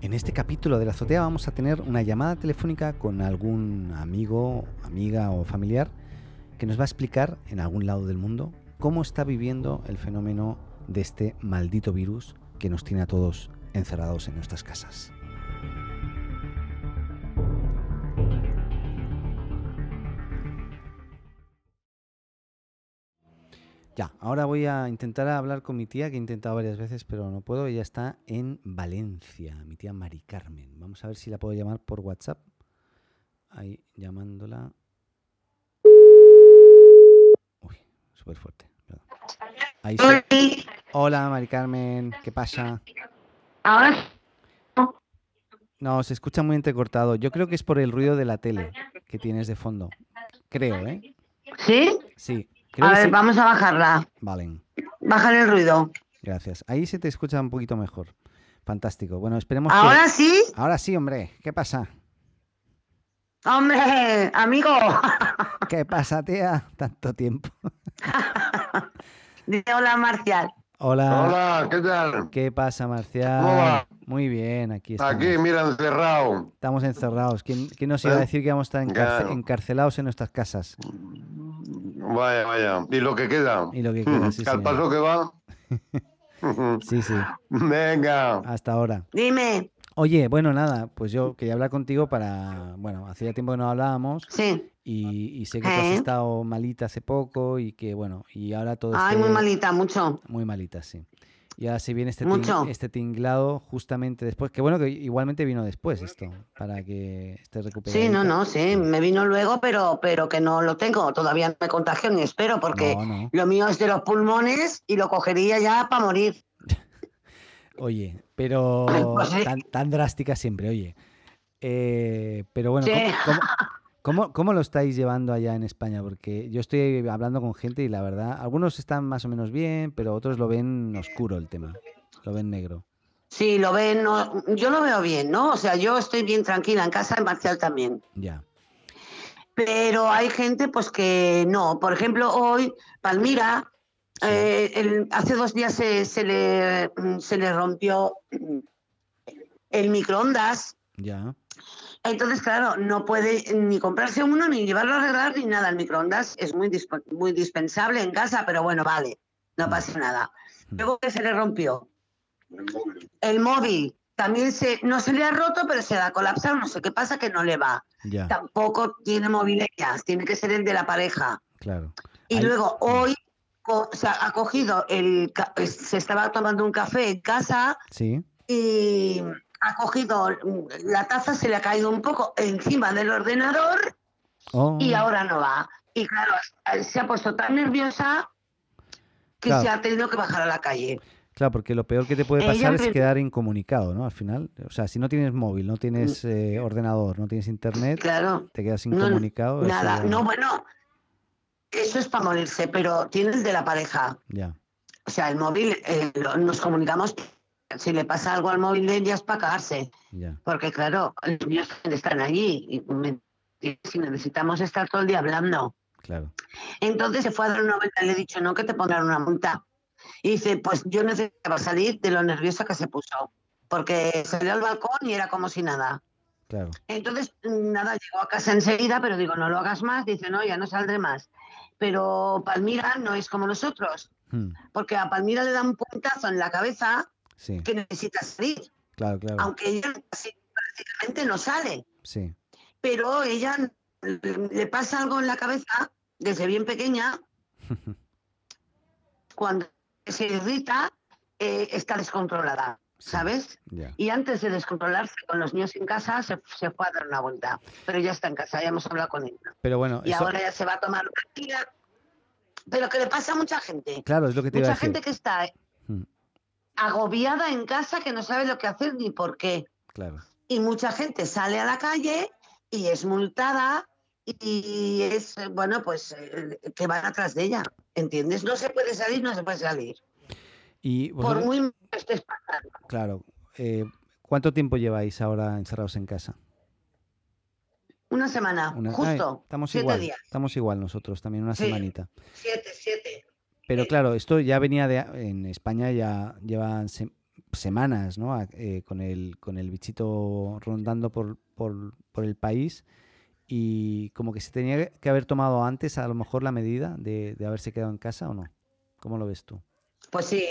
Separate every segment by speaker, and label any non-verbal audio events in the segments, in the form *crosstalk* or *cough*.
Speaker 1: En este capítulo de la azotea vamos a tener una llamada telefónica con algún amigo, amiga o familiar que nos va a explicar en algún lado del mundo cómo está viviendo el fenómeno de este maldito virus que nos tiene a todos encerrados en nuestras casas. Ya, ahora voy a intentar hablar con mi tía, que he intentado varias veces, pero no puedo. Ella está en Valencia, mi tía Mari Carmen. Vamos a ver si la puedo llamar por WhatsApp. Ahí, llamándola. Uy, súper fuerte. perdón. Ahí sí.
Speaker 2: Oli,
Speaker 1: Hola, Mari Carmen, ¿qué pasa?
Speaker 2: ahora sí.
Speaker 1: No, se escucha muy entrecortado. Yo creo que es por el ruido de la tele que tienes de fondo. Creo, ¿eh?
Speaker 2: ¿Sí?
Speaker 1: Sí, creo
Speaker 2: A
Speaker 1: que
Speaker 2: ver,
Speaker 1: sí.
Speaker 2: vamos a bajarla.
Speaker 1: Vale.
Speaker 2: Bajar el ruido.
Speaker 1: Gracias. Ahí se te escucha un poquito mejor. Fantástico. Bueno, esperemos
Speaker 2: ¿Ahora
Speaker 1: que...
Speaker 2: sí?
Speaker 1: Ahora sí, hombre. ¿Qué pasa?
Speaker 2: Hombre, amigo. *laughs*
Speaker 1: ¿Qué pasa, tía? Tanto tiempo.
Speaker 2: Dice hola, Marcial.
Speaker 1: Hola.
Speaker 3: Hola, ¿qué tal?
Speaker 1: ¿Qué pasa, Marcial?
Speaker 3: Hola.
Speaker 1: Muy bien, aquí estamos.
Speaker 3: Aquí, mira, encerrado.
Speaker 1: Estamos encerrados. ¿Quién, quién nos iba a
Speaker 3: Eh,
Speaker 1: decir que vamos a estar encarce-
Speaker 3: claro.
Speaker 1: encarcelados en nuestras casas?
Speaker 3: Vaya, vaya. ¿Y lo que queda?
Speaker 1: Y lo que queda, sí,
Speaker 3: Que Al
Speaker 1: señor.
Speaker 3: paso que va.
Speaker 1: *laughs* Sí, sí,
Speaker 3: *laughs* Venga.
Speaker 1: hasta ahora.
Speaker 2: Dime.
Speaker 1: Oye, bueno, nada, pues yo quería hablar contigo para. Bueno, hacía tiempo que no hablábamos
Speaker 2: Sí.
Speaker 1: y, y sé que tú has
Speaker 2: ¿Eh?
Speaker 1: estado malita hace poco y que, bueno, y ahora todo
Speaker 2: Ay,
Speaker 1: este-
Speaker 2: muy malita, mucho.
Speaker 1: Muy malita, sí. Y ahora si viene este, tin-
Speaker 2: Mucho.
Speaker 1: este tinglado justamente después, que bueno, que igualmente vino después esto, para que esté recuperado.
Speaker 2: Sí, no, no, sí. Me vino luego, pero, pero que no lo tengo. Todavía no me contagio ni espero, porque
Speaker 1: No, no.
Speaker 2: lo mío es de los pulmones y lo cogería ya para morir.
Speaker 1: Oye,
Speaker 2: *laughs*
Speaker 1: pero
Speaker 2: pues sí.
Speaker 1: tan, tan drástica siempre, oye. Eh, pero bueno,
Speaker 2: Sí.
Speaker 1: ¿cómo- cómo,
Speaker 2: *laughs*
Speaker 1: cómo- cómo lo estáis llevando allá en España? Porque yo estoy hablando con gente y la verdad, algunos están más o menos bien, pero otros lo ven oscuro el tema, lo ven negro.
Speaker 2: Sí, lo ven. no- yo lo veo bien, ¿no? O sea, yo estoy bien tranquila en casa, en Marcial también.
Speaker 1: Ya,
Speaker 2: pero hay gente pues que no. Por ejemplo, hoy Palmira,
Speaker 1: Sí.
Speaker 2: eh, el- hace dos días se, se le, mm, se le rompió mm, el microondas.
Speaker 1: ya,
Speaker 2: Entonces, claro, no puede ni comprarse uno, ni llevarlo a arreglar, ni nada. El microondas es muy, disp- muy dispensable en casa, pero bueno, vale, no pasa nada.
Speaker 1: Mm.
Speaker 2: Luego que se le rompió el móvil. También se, no se le ha roto, pero se le ha colapsado. No sé qué pasa, que no le va
Speaker 1: ya,
Speaker 2: tampoco tiene mobiletas, tiene que ser el de la pareja.
Speaker 1: claro.
Speaker 2: Y
Speaker 1: Ahí-
Speaker 2: luego hoy co- o sea, ha cogido el ca- es- se estaba tomando un café en casa
Speaker 1: Sí,
Speaker 2: y ha cogido mm, la taza, se le ha caído un poco encima del ordenador
Speaker 1: Oh,
Speaker 2: y ahora no va. Y claro, eh, se ha puesto tan nerviosa que
Speaker 1: Claro.
Speaker 2: se ha tenido que bajar a la calle.
Speaker 1: claro, porque lo peor que te puede
Speaker 2: Ella
Speaker 1: pasar es
Speaker 2: empezó-
Speaker 1: quedar incomunicado, ¿no? Al final, o sea, si no tienes móvil, no tienes eh, ordenador, no tienes internet,
Speaker 2: Claro.
Speaker 1: te quedas
Speaker 2: no,
Speaker 1: incomunicado. eso
Speaker 2: Nada,
Speaker 1: Pues ya-
Speaker 2: no, bueno, eso es para morirse, pero tiene el de la pareja.
Speaker 1: Ya,
Speaker 2: O sea, el móvil, eh, lo- nos comunicamos. Si le pasa algo al móvil de ella es para cagarse,
Speaker 1: ya.
Speaker 2: porque claro, los niños están allí y, me- y si necesitamos estar todo el día hablando.
Speaker 1: Claro,
Speaker 2: Entonces se fue a dar una vuelta y le he dicho, no, que te pondrán una multa. Y dice, pues yo necesitaba salir de lo nerviosa que se puso, porque salió al balcón y era como si nada.
Speaker 1: claro.
Speaker 2: Entonces, nada, llegó a casa enseguida, pero digo, no lo hagas más. Dice, no, ya no saldré más. Pero Palmira no es como nosotros,
Speaker 1: Hmm,
Speaker 2: porque a Palmira le da un puntazo en la cabeza
Speaker 1: Sí,
Speaker 2: que necesita salir,
Speaker 1: claro, claro.
Speaker 2: aunque ella casi prácticamente no sale,
Speaker 1: Sí,
Speaker 2: pero ella le le pasa algo en la cabeza desde
Speaker 1: *laughs*
Speaker 2: bien pequeña, cuando se irrita, eh, está descontrolada, ¿sabes?
Speaker 1: ya.
Speaker 2: Y antes de descontrolarse con los niños en casa, se, se fue a dar una vuelta, pero ya está en casa, ya hemos hablado con ella.
Speaker 1: Pero bueno,
Speaker 2: Y
Speaker 1: Ah, eso-
Speaker 2: ahora ya se va a tomar una tira, pero que le pasa a mucha gente,
Speaker 1: claro, es lo que te iba a
Speaker 2: mucha
Speaker 1: decir.
Speaker 2: gente que está
Speaker 1: Hmm,
Speaker 2: agobiada en casa, que no sabe lo que hacer ni por qué.
Speaker 1: Claro,
Speaker 2: y mucha gente sale a la calle y es multada y es, eh, bueno, pues eh, que van atrás de ella, ¿entiendes? No se puede salir, no se puede salir.
Speaker 1: y
Speaker 2: Por
Speaker 1: vosotros-
Speaker 2: muy mal que estés pasando.
Speaker 1: claro. eh, ¿Cuánto tiempo lleváis ahora encerrados en casa?
Speaker 2: Una semana,
Speaker 1: Una- ay,
Speaker 2: justo.
Speaker 1: estamos
Speaker 2: siete
Speaker 1: igual,
Speaker 2: días.
Speaker 1: estamos igual nosotros también una
Speaker 2: Sí.
Speaker 1: semanita.
Speaker 2: Siete, siete.
Speaker 1: Pero
Speaker 2: Sí.
Speaker 1: claro, esto ya venía de en España ya llevan se- semanas ¿no? A- eh, con, el, con el bichito rondando por, por, por el país y como que se tenía que haber tomado antes a lo mejor la medida de, de haberse quedado en casa o no. ¿Cómo lo ves tú?
Speaker 2: Pues sí.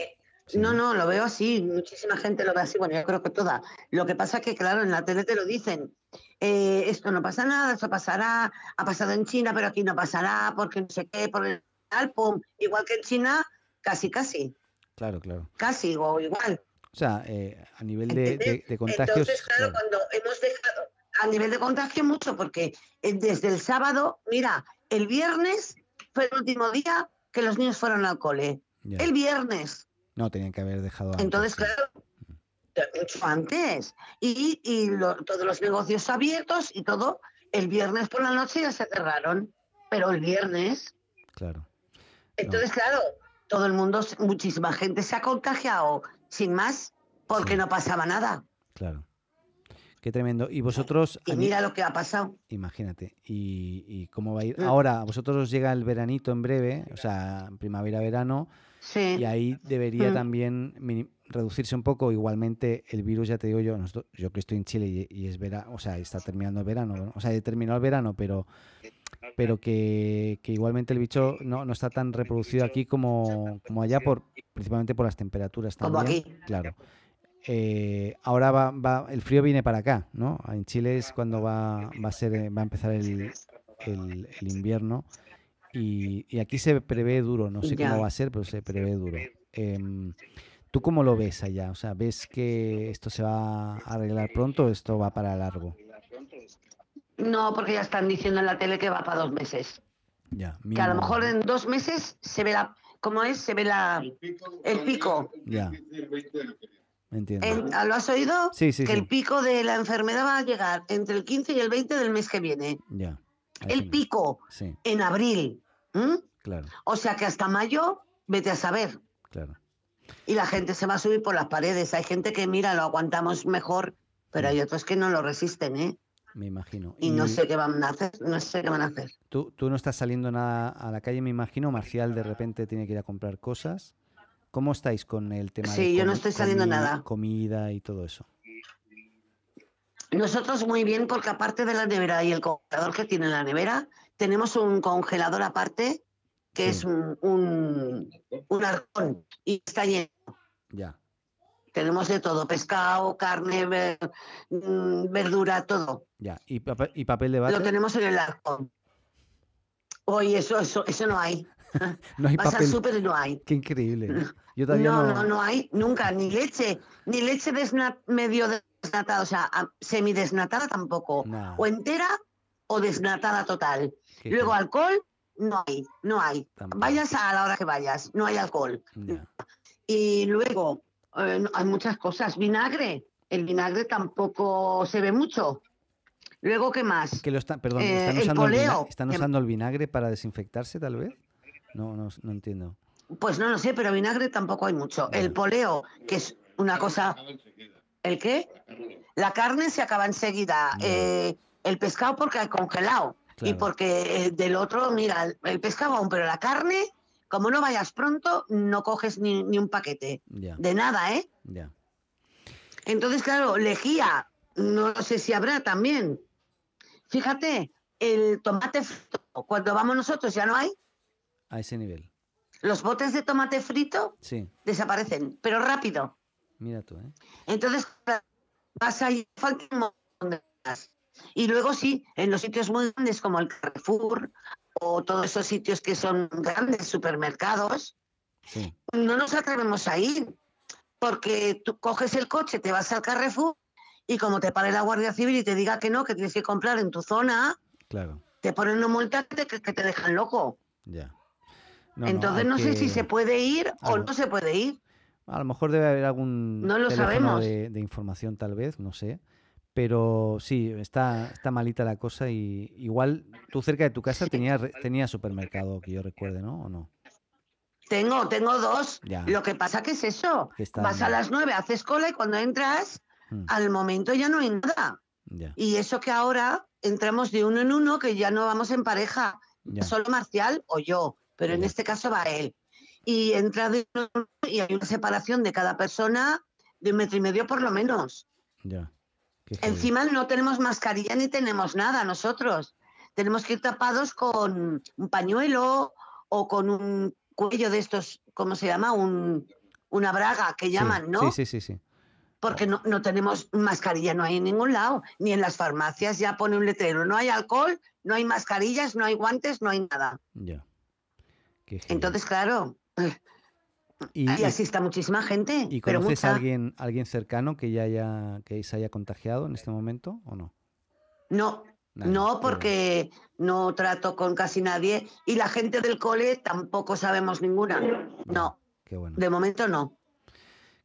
Speaker 1: Sí,
Speaker 2: No, no, lo veo así. Muchísima gente lo ve así. Bueno, yo creo que toda. Lo que pasa es que, claro, en la tele te lo dicen. Eh, esto no pasa nada, esto pasará. Ha pasado en China, pero aquí no pasará porque no sé qué, por el tal, pum. Igual que en China, casi, casi.
Speaker 1: Claro, claro.
Speaker 2: Casi, o igual.
Speaker 1: O sea, eh, a nivel de,
Speaker 2: ¿Entendés?
Speaker 1: de- de contagios...
Speaker 2: Entonces, claro,
Speaker 1: claro.
Speaker 2: cuando hemos dejado a nivel de contagio mucho, porque eh, desde el sábado, mira, el viernes fue el último día que los niños fueron al cole.
Speaker 1: Ya.
Speaker 2: El viernes.
Speaker 1: No, tenían que haber dejado antes,
Speaker 2: Entonces,
Speaker 1: sí.
Speaker 2: claro, mucho antes. Y, y lo- todos los negocios abiertos y todo, el viernes por la noche ya se cerraron. Pero el viernes.
Speaker 1: Claro.
Speaker 2: Entonces, claro, todo el mundo, muchísima gente se ha contagiado sin más porque
Speaker 1: Sí.
Speaker 2: no pasaba nada.
Speaker 1: Claro. Qué tremendo. Y vosotros,
Speaker 2: Y
Speaker 1: a ni-
Speaker 2: mira lo que ha pasado.
Speaker 1: imagínate, y, y cómo va a ir.
Speaker 2: Mm.
Speaker 1: Ahora, a vosotros os llega el veranito en breve, o sea, primavera-verano,
Speaker 2: Sí.
Speaker 1: y ahí debería
Speaker 2: Mm.
Speaker 1: también mini- reducirse un poco. Igualmente, el virus, ya te digo yo, nosotros- yo que estoy en Chile y, y es verano, o sea, está terminando el verano, ¿no? o sea, ya terminó el verano, pero pero que, que igualmente el bicho no, no está tan reproducido aquí como, como allá, por principalmente por las temperaturas
Speaker 2: Como
Speaker 1: también.
Speaker 2: aquí.
Speaker 1: Claro. Eh, ahora va, va, el frío viene para acá, ¿no? En Chile es cuando va, va a ser, eh, va a empezar el, el- el invierno y, y aquí se prevé duro, no sé
Speaker 2: Ya.
Speaker 1: cómo va a ser, pero se prevé duro. Em, ¿Tú cómo lo ves allá? O sea, ¿ves que esto se va a arreglar pronto o esto va para largo?
Speaker 2: No, porque ya están diciendo en la tele que va para dos meses.
Speaker 1: Ya,
Speaker 2: Que a lo
Speaker 1: mínimo,
Speaker 2: mejor
Speaker 1: ¿no?
Speaker 2: en dos meses se ve la. ¿Cómo es? Se ve la. El pico.
Speaker 1: Ya. Entiendo.
Speaker 2: En- ¿Lo has oído?
Speaker 1: Sí, sí,
Speaker 2: que el
Speaker 1: sí.
Speaker 2: pico de la enfermedad va a llegar entre el 15 y el 20 del mes que viene.
Speaker 1: Ya. al
Speaker 2: El
Speaker 1: final.
Speaker 2: pico
Speaker 1: Sí,
Speaker 2: en abril. ¿m?
Speaker 1: claro,
Speaker 2: O sea que hasta mayo, vete a saber.
Speaker 1: claro.
Speaker 2: Y la gente se va a subir por las paredes. Hay gente que, mira, lo aguantamos mejor, pero hay otros que no lo resisten, ¿eh?
Speaker 1: Me imagino.
Speaker 2: Y no sé qué van a hacer. No sé qué van a hacer.
Speaker 1: Tú, tú no estás saliendo nada a la calle, me imagino. Marcial de repente tiene que ir a comprar cosas. ¿Cómo estáis con el tema de
Speaker 2: Sí, yo no
Speaker 1: comi-
Speaker 2: estoy saliendo
Speaker 1: comi-
Speaker 2: nada.
Speaker 1: Comida y todo eso.
Speaker 2: Nosotros muy bien, porque aparte de la nevera y el congelador que tiene la nevera, tenemos un congelador aparte que
Speaker 1: Sí.
Speaker 2: es un, un, un arcón y está lleno.
Speaker 1: Ya,
Speaker 2: Tenemos de todo, pescado, carne, ver- mm, verdura, todo.
Speaker 1: ya. ¿Y, papa- y papel de
Speaker 2: Lo
Speaker 1: váter?
Speaker 2: tenemos en el arcón. Hoy eso, eso, eso no hay.
Speaker 1: No hay
Speaker 2: Vas al
Speaker 1: papel.
Speaker 2: súper y no hay.
Speaker 1: Qué increíble. Yo todavía
Speaker 2: No,
Speaker 1: no.
Speaker 2: no, no hay, nunca, ni leche, ni leche desna- medio desnatada, o sea, a- semidesnatada tampoco.
Speaker 1: Nah,
Speaker 2: o entera o desnatada total.
Speaker 1: qué
Speaker 2: Luego
Speaker 1: gen-
Speaker 2: alcohol no hay, no hay.
Speaker 1: Tampoco.
Speaker 2: Vayas a la hora que vayas, no hay alcohol.
Speaker 1: Ya,
Speaker 2: Y luego eh, no- hay muchas cosas, vinagre, el vinagre tampoco se ve mucho. Luego qué más?
Speaker 1: Que lo están, perdón,
Speaker 2: Eh,
Speaker 1: ¿están,
Speaker 2: el
Speaker 1: usando el vina-
Speaker 2: poleo,
Speaker 1: están
Speaker 2: em-
Speaker 1: usando el vinagre para desinfectarse, tal vez? No, no, no entiendo.
Speaker 2: Pues no lo sé, pero vinagre tampoco hay mucho. El
Speaker 1: Ya.
Speaker 2: poleo, que es una cosa ¿El qué? La carne se acaba enseguida.
Speaker 1: Ya.
Speaker 2: eh, el pescado porque hay congelado. Y
Speaker 1: Claro.
Speaker 2: porque eh, del otro, mira, el, el pescado aún, pero la carne, como no vayas pronto, no coges ni, ni un paquete.
Speaker 1: Ya,
Speaker 2: De nada, ¿eh?
Speaker 1: ya.
Speaker 2: Entonces, claro, lejía, no sé si habrá también. Fíjate, el tomate frito, cuando vamos nosotros ya no hay.
Speaker 1: A ese nivel.
Speaker 2: Los botes de tomate frito
Speaker 1: Sí,
Speaker 2: desaparecen, pero rápido.
Speaker 1: mira tú, ¿eh?
Speaker 2: Entonces, vas ahí, falta un montón de cosas. Y luego sí, en los sitios muy grandes como el Carrefour o todos esos sitios que son grandes supermercados,
Speaker 1: Sí,
Speaker 2: no nos atrevemos a ir. Porque tú coges el coche, te vas al Carrefour y como te pare la Guardia Civil y te diga que no, que tienes que comprar en tu zona,
Speaker 1: claro,
Speaker 2: te ponen una multa que te, que te dejan loco.
Speaker 1: ya. No, no,
Speaker 2: Entonces
Speaker 1: hay
Speaker 2: no, sé
Speaker 1: que-
Speaker 2: si se puede ir o
Speaker 1: Algo.
Speaker 2: no se puede ir.
Speaker 1: A lo mejor debe haber algún
Speaker 2: No lo
Speaker 1: teléfono
Speaker 2: sabemos.
Speaker 1: De, de información, tal vez, no sé. Pero sí, está, está malita la cosa y igual tú cerca de tu casa tenías, re- tenías supermercado, que yo recuerde, ¿no? ¿O no?
Speaker 2: Tengo, tengo dos.
Speaker 1: Ya.
Speaker 2: Lo que pasa que es eso.
Speaker 1: Que están-
Speaker 2: Vas a las nueve, haces cola y cuando entras,
Speaker 1: Mm,
Speaker 2: al momento ya no hay nada.
Speaker 1: ya,
Speaker 2: Y eso que ahora entramos de uno en uno, que ya no vamos en pareja,
Speaker 1: ya,
Speaker 2: solo Marcial o yo, pero en
Speaker 1: Ya.
Speaker 2: este caso va él. Y entra de uno en uno y hay una separación de cada persona de un metro y medio por lo menos.
Speaker 1: Ya. Qué jodido.
Speaker 2: Encima no tenemos mascarilla ni tenemos nada nosotros. Tenemos que ir tapados con un pañuelo o con un cuello de estos, ¿cómo se llama? Un, una braga que
Speaker 1: Sí,
Speaker 2: llaman, ¿no?
Speaker 1: Sí, sí, sí, sí.
Speaker 2: Porque no, no tenemos mascarilla, no hay en ningún lado, ni en las farmacias ya pone un letrero, no hay alcohol, no hay mascarillas, no hay guantes, no hay nada.
Speaker 1: Ya. Qué jodido.
Speaker 2: Entonces, claro,
Speaker 1: ¿Y,
Speaker 2: y
Speaker 1: y-
Speaker 2: así está muchísima gente.
Speaker 1: y
Speaker 2: pero
Speaker 1: conoces
Speaker 2: mucha.
Speaker 1: a alguien, alguien cercano que ya haya, que se haya contagiado en este momento o no?
Speaker 2: No,
Speaker 1: Nadie, qué
Speaker 2: no,
Speaker 1: bueno.
Speaker 2: porque no trato con casi nadie y la gente del cole tampoco sabemos ninguna. No,
Speaker 1: Qué bueno.
Speaker 2: de momento no.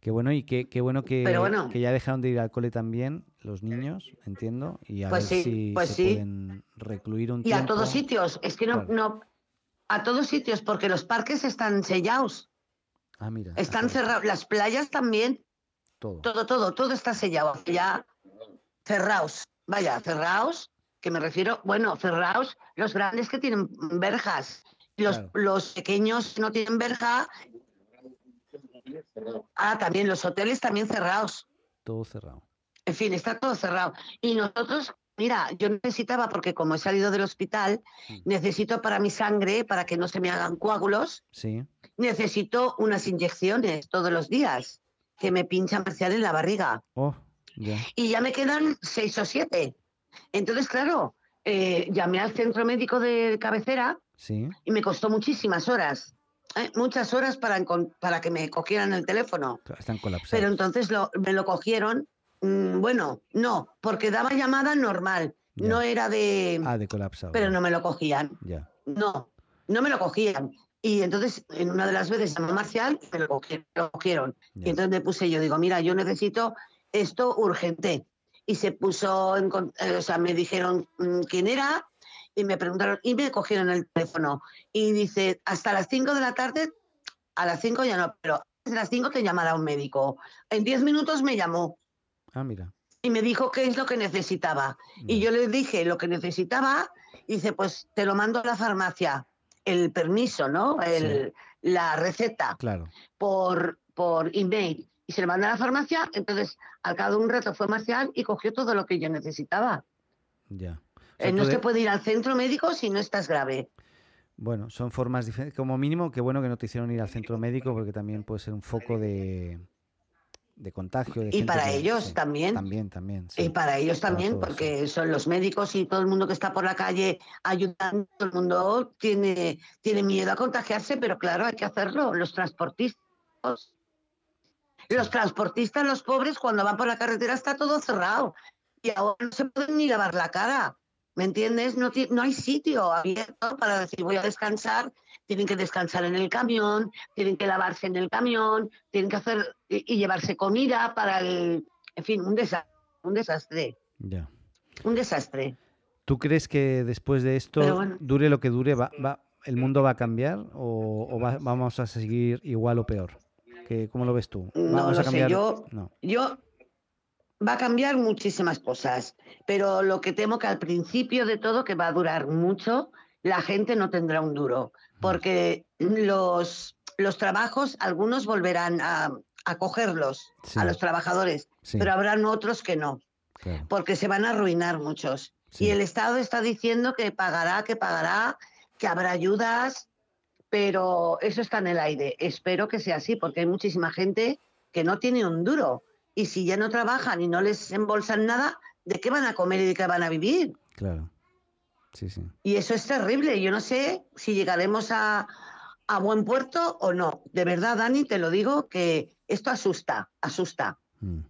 Speaker 1: Qué bueno y qué, qué bueno que,
Speaker 2: Pero bueno.
Speaker 1: que ya dejaron de ir al cole también los niños, entiendo, y a
Speaker 2: Pues
Speaker 1: ver
Speaker 2: sí,
Speaker 1: si
Speaker 2: pues
Speaker 1: se
Speaker 2: sí.
Speaker 1: pueden recluir un
Speaker 2: Y
Speaker 1: tiempo.
Speaker 2: a todos sitios, es que no,
Speaker 1: Claro.
Speaker 2: no, a todos sitios, porque los parques están sellados,
Speaker 1: Ah, mira.
Speaker 2: están
Speaker 1: hasta
Speaker 2: cerrados, las playas también,
Speaker 1: Todo.
Speaker 2: todo, todo, todo está sellado, ya cerrados, vaya, cerrados, que me refiero, bueno, cerrados, los grandes que tienen verjas, los,
Speaker 1: Claro.
Speaker 2: los pequeños que no tienen verja. Ah, también los hoteles también cerrados.
Speaker 1: Todo cerrado.
Speaker 2: En fin, está todo cerrado. Y nosotros, mira, yo necesitaba, porque como he salido del hospital,
Speaker 1: Sí.
Speaker 2: necesito para mi sangre, para que no se me hagan coágulos,
Speaker 1: Sí.
Speaker 2: necesito unas inyecciones todos los días que me pincha Marcial en la barriga.
Speaker 1: Oh, ya.
Speaker 2: Y ya me quedan seis o siete. Entonces, claro, eh, llamé al centro médico de cabecera
Speaker 1: Sí.
Speaker 2: y me costó muchísimas horas, ¿eh? muchas horas para, encon- para que me cogieran el teléfono.
Speaker 1: Claro, Están colapsados.
Speaker 2: Pero entonces lo- me lo cogieron. mm, Bueno, no, porque daba llamada normal.
Speaker 1: Ya.
Speaker 2: No era de.
Speaker 1: Ah, de colapsado.
Speaker 2: pero
Speaker 1: ya,
Speaker 2: no me lo cogían.
Speaker 1: Ya.
Speaker 2: No, no me lo cogían. Y entonces, en una de las veces llamó Marcial, me lo cogi- me lo cogieron.
Speaker 1: ya.
Speaker 2: Y entonces me puse yo, digo, mira, yo necesito esto urgente. Y se puso, en con- eh, o sea, me dijeron mm, quién era y me preguntaron, y me cogieron el teléfono. Y dice, hasta las 5 de la tarde, a las 5 ya no, pero antes de las 5 te llamará un médico. En 10 minutos me llamó
Speaker 1: Ah, mira.
Speaker 2: y me dijo qué es lo que necesitaba. Y
Speaker 1: ya.
Speaker 2: yo le dije lo que necesitaba, y dice, pues te lo mando a la farmacia, el permiso, ¿no? El, La receta
Speaker 1: Claro.
Speaker 2: por, por email y se le mandó a la farmacia. Entonces, al cabo de un rato fue Marcial y cogió todo lo que yo necesitaba.
Speaker 1: Ya. O sea,
Speaker 2: Eh, no
Speaker 1: tú
Speaker 2: se
Speaker 1: de-
Speaker 2: puede ir al centro médico si no estás grave.
Speaker 1: Bueno, son formas diferentes. Como mínimo, qué bueno que no te hicieron ir al centro médico porque también puede ser un foco de, de contagio. de
Speaker 2: Y
Speaker 1: gente
Speaker 2: para
Speaker 1: que-
Speaker 2: ellos
Speaker 1: sí,
Speaker 2: también.
Speaker 1: También, también. sí.
Speaker 2: Y para ellos
Speaker 1: para
Speaker 2: también,
Speaker 1: todos,
Speaker 2: porque son los médicos y todo el mundo que está por la calle ayudando, todo el mundo tiene, tiene miedo a contagiarse, pero claro, hay que hacerlo. Los transportistas. Los transportistas, los pobres, cuando van por la carretera está todo cerrado. Y ahora no se pueden ni lavar la cara. ¿Me entiendes? No, ti- no hay sitio abierto para decir voy a descansar. Tienen que descansar en el camión, tienen que lavarse en el camión, tienen que hacer y, y llevarse comida para el. En fin, un desastre. Un desastre.
Speaker 1: Ya.
Speaker 2: Un desastre.
Speaker 1: ¿Tú crees que después de esto,
Speaker 2: Pero bueno.
Speaker 1: dure lo que dure, va, va- el mundo va a cambiar o, o va- vamos a seguir igual o peor? ¿Qué, ¿Cómo lo ves tú?
Speaker 2: No
Speaker 1: ¿Vamos
Speaker 2: lo
Speaker 1: a
Speaker 2: sé,
Speaker 1: cambiar?
Speaker 2: yo-
Speaker 1: No,
Speaker 2: Yo. Va a cambiar muchísimas cosas, pero lo que temo que al principio de todo, que va a durar mucho, la gente no tendrá un duro. porque los, los trabajos, algunos volverán a, a cogerlos
Speaker 1: Sí.
Speaker 2: a los trabajadores,
Speaker 1: Ah, sí,
Speaker 2: pero habrán otros que no,
Speaker 1: claro,
Speaker 2: porque se van a arruinar muchos.
Speaker 1: sí,
Speaker 2: Y el Estado está diciendo que pagará, que pagará, que habrá ayudas, pero eso está en el aire. Espero que sea así, porque hay muchísima gente que no tiene un duro. Y si ya no trabajan y no les embolsan nada, ¿de qué van a comer y de qué van a vivir?
Speaker 1: claro. Sí, sí.
Speaker 2: Y eso es terrible. Yo no sé si llegaremos a, a buen puerto o no. De verdad, Dani, te lo digo, que esto asusta, asusta.
Speaker 1: Mm.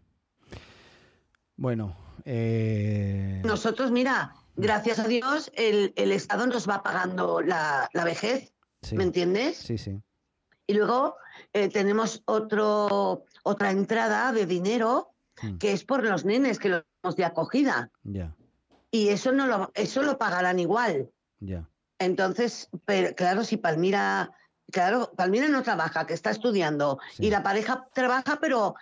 Speaker 1: Bueno, eh,
Speaker 2: Nosotros, mira, gracias a Dios, el, el Estado nos va pagando la, la vejez,
Speaker 1: sí,
Speaker 2: ¿me entiendes?
Speaker 1: sí, sí,
Speaker 2: Y luego eh, tenemos otro, otra entrada de dinero
Speaker 1: Mm,
Speaker 2: que es por los nenes, que los de acogida.
Speaker 1: ya,
Speaker 2: Y eso, no lo, eso lo pagarán igual.
Speaker 1: ya,
Speaker 2: Entonces, pero, claro, si Palmira, claro, Palmira no trabaja, que está estudiando,
Speaker 1: Sí.
Speaker 2: y la pareja trabaja, pero,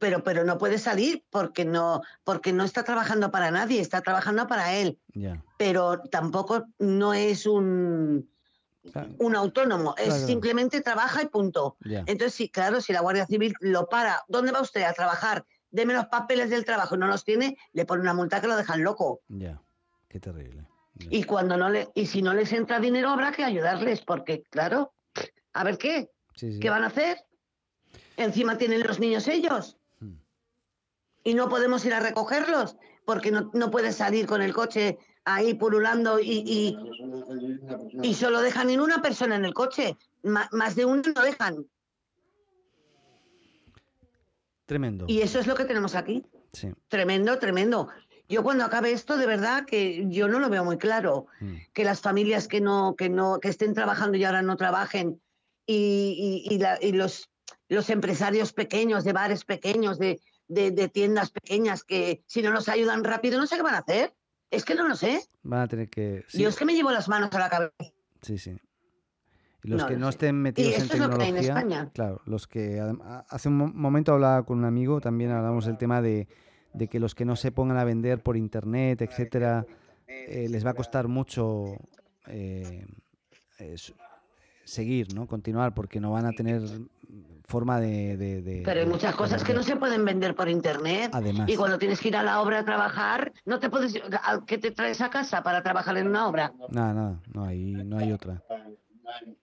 Speaker 2: pero, pero no puede salir porque no, porque no está trabajando para nadie, está trabajando para él.
Speaker 1: ya,
Speaker 2: Pero tampoco no es un
Speaker 1: Claro.
Speaker 2: un autónomo, es
Speaker 1: Claro.
Speaker 2: simplemente trabaja y punto.
Speaker 1: Ya.
Speaker 2: Entonces, sí, claro, si la Guardia Civil lo para, ¿dónde va usted a trabajar? Deme los papeles del trabajo y no los tiene, le pone una multa que lo dejan loco.
Speaker 1: Ya, qué terrible. Ya.
Speaker 2: Y cuando no le, y si no les entra dinero habrá que ayudarles, porque claro, a ver qué,
Speaker 1: Sí, sí.
Speaker 2: ¿qué van a hacer? Encima tienen los niños ellos
Speaker 1: Mm.
Speaker 2: y no podemos ir a recogerlos, porque no, no puedes salir con el coche ahí pululando y, y, y solo dejan en una persona en el coche. Ma- más de uno no dejan.
Speaker 1: Tremendo.
Speaker 2: Y eso es lo que tenemos aquí.
Speaker 1: Sí.
Speaker 2: Tremendo, tremendo. Yo cuando acabe esto, de verdad que yo no lo veo muy claro.
Speaker 1: Mm.
Speaker 2: que las familias que no, que no, que estén trabajando y ahora no trabajen, y, y- y la- y los, los empresarios pequeños, de bares pequeños, de, de- de tiendas pequeñas, que si no nos ayudan rápido, no sé qué van a hacer. Es que no lo sé.
Speaker 1: Van a tener que. Sí,
Speaker 2: Yo es que me llevo las manos a la cabeza.
Speaker 1: sí, sí. Y los
Speaker 2: No
Speaker 1: que
Speaker 2: lo
Speaker 1: no
Speaker 2: sé.
Speaker 1: estén metidos en
Speaker 2: esto es lo que hay en
Speaker 1: tecnología.
Speaker 2: España.
Speaker 1: Claro, los que. adem- a- Hace un mo- momento hablaba con un amigo, también hablamos del tema de, de que los que no se pongan a vender por internet, etcétera, eh, les va a costar mucho eh, eh, su- seguir, ¿no? Continuar, porque no van a tener forma de. de- de-
Speaker 2: Pero hay
Speaker 1: de-
Speaker 2: muchas
Speaker 1: de
Speaker 2: cosas que no
Speaker 1: vender.
Speaker 2: se pueden vender por internet.
Speaker 1: Además.
Speaker 2: Y cuando tienes que ir a la obra a trabajar, no te puedes. ¿a- ¿Qué te traes a casa para trabajar en una obra?
Speaker 1: Nada, nada, no hay, no hay otra.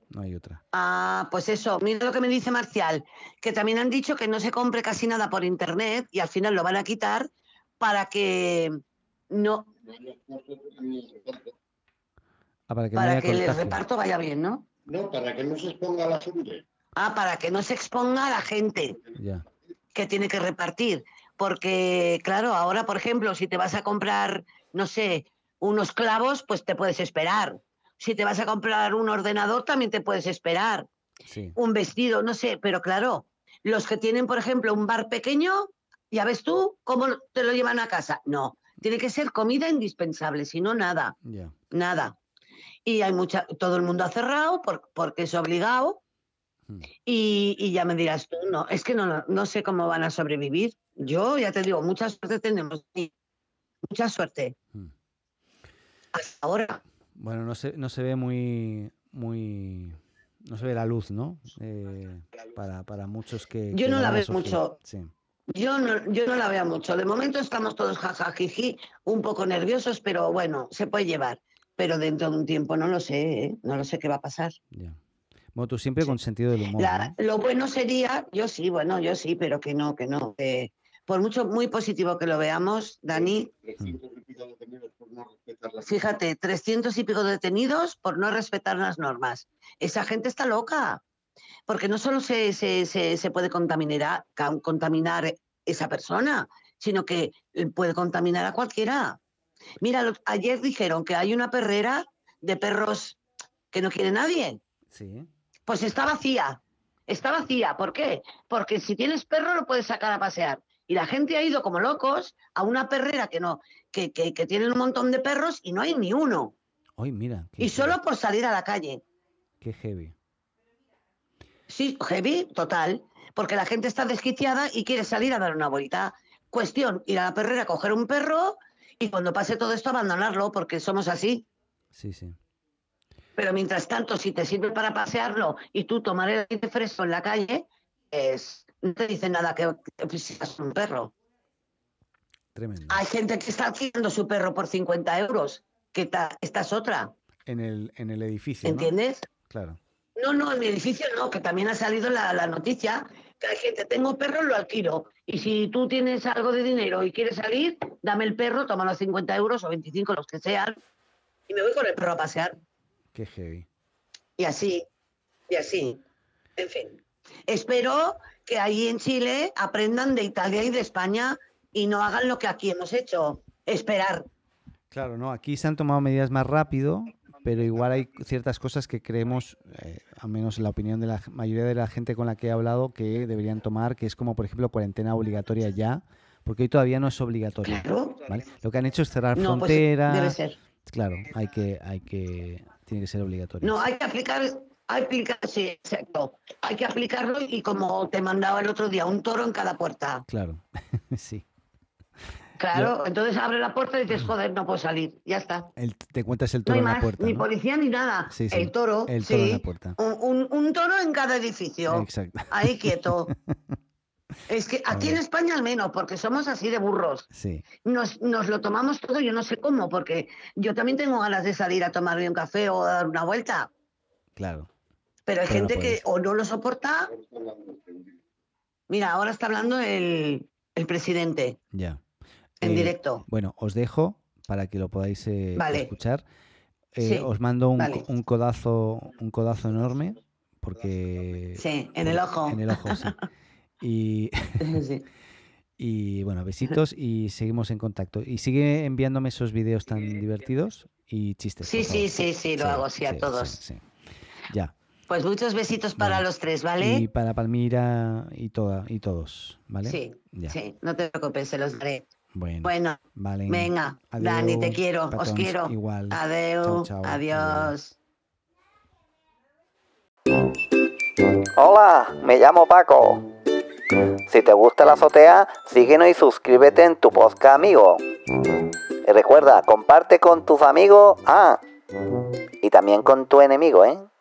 Speaker 1: No hay otra.
Speaker 2: Ah, pues eso, mira lo que me dice Marcial, que también han dicho que no se compre casi nada por internet y al final lo van a quitar para que no,
Speaker 1: Ah, para que no
Speaker 2: para
Speaker 1: haya
Speaker 2: que el
Speaker 1: contagio.
Speaker 2: reparto vaya bien, ¿no?
Speaker 3: No, para que no se exponga la gente.
Speaker 2: Ah, para que no se exponga a la gente
Speaker 1: Ya,
Speaker 2: que tiene que repartir. Porque, claro, ahora, por ejemplo, si te vas a comprar, no sé, unos clavos, pues te puedes esperar. Si te vas a comprar un ordenador, también te puedes esperar.
Speaker 1: sí.
Speaker 2: un vestido, no sé, pero claro, los que tienen, por ejemplo, un bar pequeño, ya ves tú cómo te lo llevan a casa. No, tiene que ser comida indispensable, si no, nada,
Speaker 1: Ya,
Speaker 2: nada. Y hay mucha, todo el mundo ha cerrado por- porque es obligado.
Speaker 1: Hmm.
Speaker 2: Y, y ya me dirás tú, no, es que no, no, no sé cómo van a sobrevivir. Yo ya te digo, mucha suerte tenemos, sí, mucha suerte
Speaker 1: mm.
Speaker 2: hasta ahora.
Speaker 1: Bueno, no se, no se ve muy, muy, no se ve la luz, ¿no? Eh, para, para muchos que.
Speaker 2: Yo
Speaker 1: que
Speaker 2: no
Speaker 1: lo
Speaker 2: la
Speaker 1: van a
Speaker 2: veo
Speaker 1: sufrir.
Speaker 2: mucho.
Speaker 1: Sí,
Speaker 2: Yo no, yo no la veo mucho. De momento estamos todos jajajiji, un poco nerviosos, pero bueno, se puede llevar. Pero dentro de un tiempo no lo sé, ¿eh? no lo sé qué va a pasar.
Speaker 1: ya. Bueno, tú siempre con sentido del humor,
Speaker 2: La-
Speaker 1: ¿no?
Speaker 2: lo bueno sería, yo sí, bueno, yo sí, pero que no, que no. eh, por mucho, muy positivo que lo veamos, Dani, fíjate, 300 y pico detenidos por no respetar las normas. Esa gente está loca, porque no solo se, se- se- se puede contaminar, a- ca- contaminar esa persona, sino que eh, puede contaminar a cualquiera. Mira, lo- ayer dijeron que hay una perrera de perros que no quiere nadie.
Speaker 1: Sí,
Speaker 2: Pues está vacía. Está vacía. ¿Por qué? Porque si tienes perro lo puedes sacar a pasear. Y la gente ha ido como locos a una perrera que no, que, que, que tienen un montón de perros y no hay ni uno.
Speaker 1: hoy mira. qué heavy,
Speaker 2: Y solo por salir a la calle.
Speaker 1: Qué heavy.
Speaker 2: Sí, heavy, total. Porque la gente está desquiciada y quiere salir a dar una vuelta. Cuestión, ir a la perrera a coger un perro y cuando pase todo esto abandonarlo, porque somos así.
Speaker 1: Sí, sí.
Speaker 2: Pero mientras tanto, si te sirve para pasearlo y tú tomar el aire fresco en la calle, pues, no te dice nada que, que seas un perro.
Speaker 1: Tremendo.
Speaker 2: Hay gente que está adquiriendo su perro por 50 euros, que ta- esta es otra,
Speaker 1: En el, en el edificio, ¿no?
Speaker 2: ¿entiendes?
Speaker 1: Claro.
Speaker 2: No, no, en mi edificio no, que también ha salido la, la noticia que hay gente, tengo perro, lo alquilo. Y si tú tienes algo de dinero y quieres salir, dame el perro, toma los 50 euros o 25, los que sean, y me voy con el perro a pasear.
Speaker 1: Qué heavy.
Speaker 2: Y así, y así. En fin. Espero que ahí en Chile aprendan de Italia y de España y no hagan lo que aquí hemos hecho, esperar.
Speaker 1: Claro, no, aquí se han tomado medidas más rápido, pero igual hay ciertas cosas que creemos, eh, al menos en la opinión de la g- mayoría de la gente con la que he hablado, que deberían tomar, que es como, por ejemplo, cuarentena obligatoria ya, porque hoy todavía no es obligatoria.
Speaker 2: Claro.
Speaker 1: ¿vale? Lo que han hecho es cerrar
Speaker 2: No, pues
Speaker 1: fronteras.
Speaker 2: debe ser.
Speaker 1: Claro, hay que, hay que, tiene que ser obligatorio.
Speaker 2: No, hay que aplicar, hay que aplicar, sí, exacto. Hay que aplicarlo
Speaker 1: *laughs*
Speaker 2: y como te mandaba el otro día, un toro en cada puerta.
Speaker 1: Claro, sí.
Speaker 2: Claro, entonces abre la puerta y dices, joder, no puedo salir. Ya está.
Speaker 1: El- te cuentas el
Speaker 2: No
Speaker 1: toro
Speaker 2: hay
Speaker 1: en la
Speaker 2: más,
Speaker 1: puerta.
Speaker 2: ni
Speaker 1: ¿no?
Speaker 2: policía ni nada.
Speaker 1: Sí, sí.
Speaker 2: El toro,
Speaker 1: El toro en
Speaker 2: sí.
Speaker 1: la puerta.
Speaker 2: Un, un- un toro en cada edificio.
Speaker 1: Exacto. *laughs*
Speaker 2: Ahí quieto. Es que aquí en
Speaker 1: Hombre.
Speaker 2: España al menos, porque somos así de burros.
Speaker 1: Sí,
Speaker 2: Nos, nos lo tomamos todo, yo no sé cómo, porque yo también tengo ganas de salir a tomarme un café o a dar una vuelta.
Speaker 1: claro.
Speaker 2: Pero hay
Speaker 1: Pero no
Speaker 2: gente que
Speaker 1: puedes.
Speaker 2: o no lo soporta. Mira, ahora está hablando el, el presidente
Speaker 1: Ya.
Speaker 2: en
Speaker 1: Eh,
Speaker 2: directo.
Speaker 1: Bueno, os dejo para que lo podáis eh,
Speaker 2: Vale.
Speaker 1: escuchar. Eh,
Speaker 2: Sí,
Speaker 1: Os mando un,
Speaker 2: vale.
Speaker 1: un codazo, un codazo enorme, porque
Speaker 2: Sí, en el ojo.
Speaker 1: en el ojo,
Speaker 2: *laughs*
Speaker 1: sí. Y,
Speaker 2: Sí.
Speaker 1: y, bueno, besitos y seguimos en contacto. Y sigue enviándome esos videos tan divertidos y chistes.
Speaker 2: Sí,
Speaker 1: Pues por
Speaker 2: sí,
Speaker 1: favor.
Speaker 2: sí, sí, lo hago, sí, a todos.
Speaker 1: sí. Ya.
Speaker 2: Pues muchos besitos para
Speaker 1: Vale.
Speaker 2: los tres, ¿vale?
Speaker 1: Y para Palmira y toda y todos, ¿vale?
Speaker 2: Sí,
Speaker 1: Ya.
Speaker 2: sí, no te preocupes, se los daré.
Speaker 1: Bueno,
Speaker 2: Bueno,
Speaker 1: vale.
Speaker 2: venga, Dani, te
Speaker 1: Adeu,
Speaker 2: quiero, os
Speaker 1: petons,
Speaker 2: quiero.
Speaker 1: Em, Igual. Chao,
Speaker 2: Adeu,
Speaker 1: chao,
Speaker 2: adiós.
Speaker 4: Hola, me llamo Paco. Si te gusta la azotea, síguenos y suscríbete en tu podcast amigo. Y recuerda, comparte con tus amigos, ah, y también con tu enemigo, ¿eh?